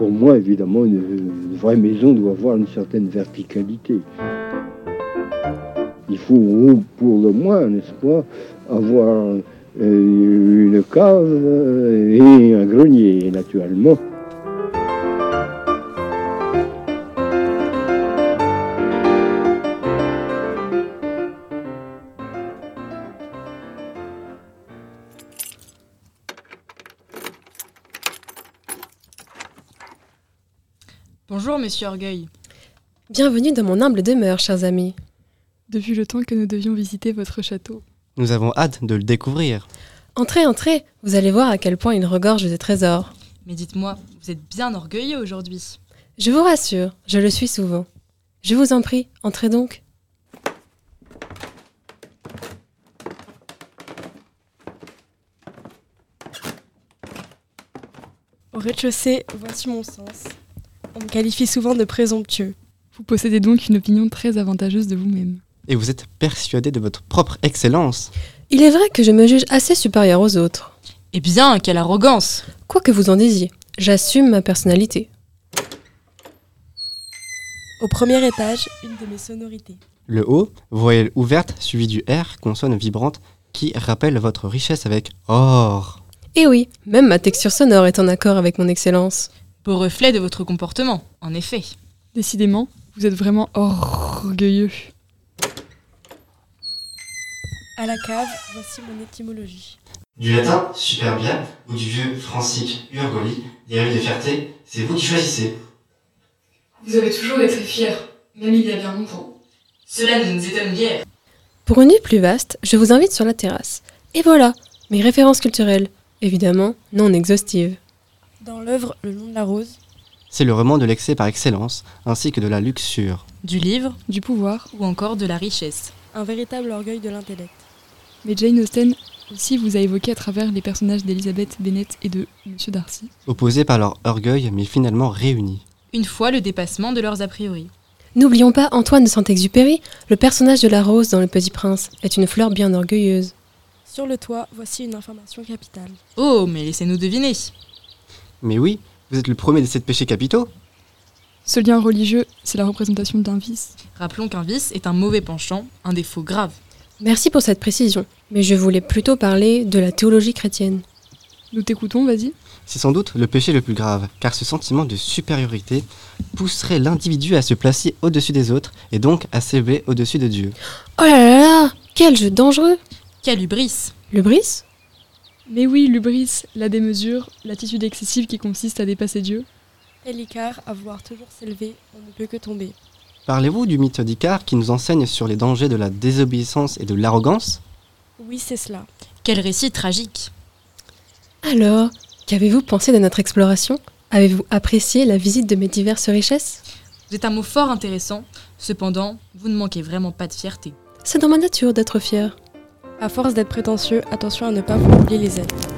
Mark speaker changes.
Speaker 1: moi, évidemment, une, une vraie maison doit avoir une certaine verticalité. Il faut, pour le moins, n'est-ce pas, avoir euh, une cave et un grenier, naturellement.
Speaker 2: Bonjour, monsieur Orgueil.
Speaker 3: Bienvenue dans mon humble demeure, chers amis.
Speaker 4: Depuis le temps que nous devions visiter votre château.
Speaker 5: Nous avons hâte de le découvrir.
Speaker 3: Entrez, entrez, vous allez voir à quel point il regorge de trésors.
Speaker 2: Mais dites-moi, vous êtes bien orgueilleux aujourd'hui.
Speaker 3: Je vous rassure, je le suis souvent. Je vous en prie, entrez donc.
Speaker 6: Au rez-de-chaussée, voici mon sens. On me qualifie souvent de présomptueux.
Speaker 4: Vous possédez donc une opinion très avantageuse de vous-même.
Speaker 5: Et vous êtes persuadé de votre propre excellence.
Speaker 3: Il est vrai que je me juge assez supérieur aux autres.
Speaker 2: Eh bien, quelle arrogance
Speaker 3: Quoi que vous en disiez, j'assume ma personnalité.
Speaker 6: Au premier étage, une de mes sonorités.
Speaker 5: Le O, voyelle ouverte suivie du R, consonne vibrante, qui rappelle votre richesse avec or.
Speaker 3: Et Eh oui, même ma texture sonore est en accord avec mon excellence.
Speaker 2: Beau reflet de votre comportement, en effet.
Speaker 4: Décidément, vous êtes vraiment orgueilleux.
Speaker 6: À la cave, voici mon étymologie.
Speaker 7: Du latin superbia ou du vieux francique urgoli, dérivé de fierté, c'est vous qui choisissez.
Speaker 8: Vous avez toujours été fier, même il y a bien longtemps. Cela ne nous étonne guère.
Speaker 3: Pour une nuit plus vaste, je vous invite sur la terrasse. Et voilà, mes références culturelles, évidemment non exhaustives.
Speaker 6: Dans l'œuvre Le nom de la rose,
Speaker 5: C'est le roman de l'excès par excellence, ainsi que de la luxure.
Speaker 2: Du livre
Speaker 4: Du pouvoir.
Speaker 2: ou encore de la richesse.
Speaker 6: un véritable orgueil de l'intellect.
Speaker 4: Mais Jane Austen aussi vous a évoqué à travers les personnages d'Elizabeth Bennet et de Monsieur Darcy.
Speaker 5: Opposés par leur orgueil, mais finalement réunis.
Speaker 2: Une fois le dépassement de leurs a priori.
Speaker 3: N'oublions pas Antoine de Saint-Exupéry, le personnage de la rose dans Le Petit Prince, est une fleur bien orgueilleuse.
Speaker 6: Sur le toit, voici une information capitale.
Speaker 2: Oh, mais laissez-nous deviner.
Speaker 5: Mais oui, vous êtes le premier des sept péchés capitaux.
Speaker 4: Ce lien religieux, c'est la représentation d'un vice.
Speaker 2: Rappelons qu'un vice est un mauvais penchant, un défaut grave.
Speaker 3: Merci pour cette précision, mais je voulais plutôt parler de la théologie chrétienne.
Speaker 4: Nous t'écoutons, vas-y.
Speaker 5: C'est sans doute le péché le plus grave, car ce sentiment de supériorité pousserait l'individu à se placer au-dessus des autres et donc à s'élever au-dessus de Dieu.
Speaker 3: Oh là là là Quel jeu dangereux
Speaker 2: Quelle hubris
Speaker 3: Le bris
Speaker 4: Mais oui, l'ubris, la démesure, l'attitude excessive qui consiste à dépasser Dieu.
Speaker 6: Et l'écart à vouloir toujours s'élever, on ne peut que tomber.
Speaker 5: Parlez-vous du mythe d'Icare qui nous enseigne sur les dangers de la désobéissance et de l'arrogance
Speaker 6: Oui, c'est cela.
Speaker 2: Quel récit tragique
Speaker 3: Alors, qu'avez-vous pensé de notre exploration Avez-vous apprécié la visite de mes diverses richesses
Speaker 2: C'est un mot fort intéressant, cependant, vous ne manquez vraiment pas de fierté.
Speaker 3: C'est dans ma nature d'être fière.
Speaker 6: À force d'être prétentieux, attention à ne pas vous oublier les ailes.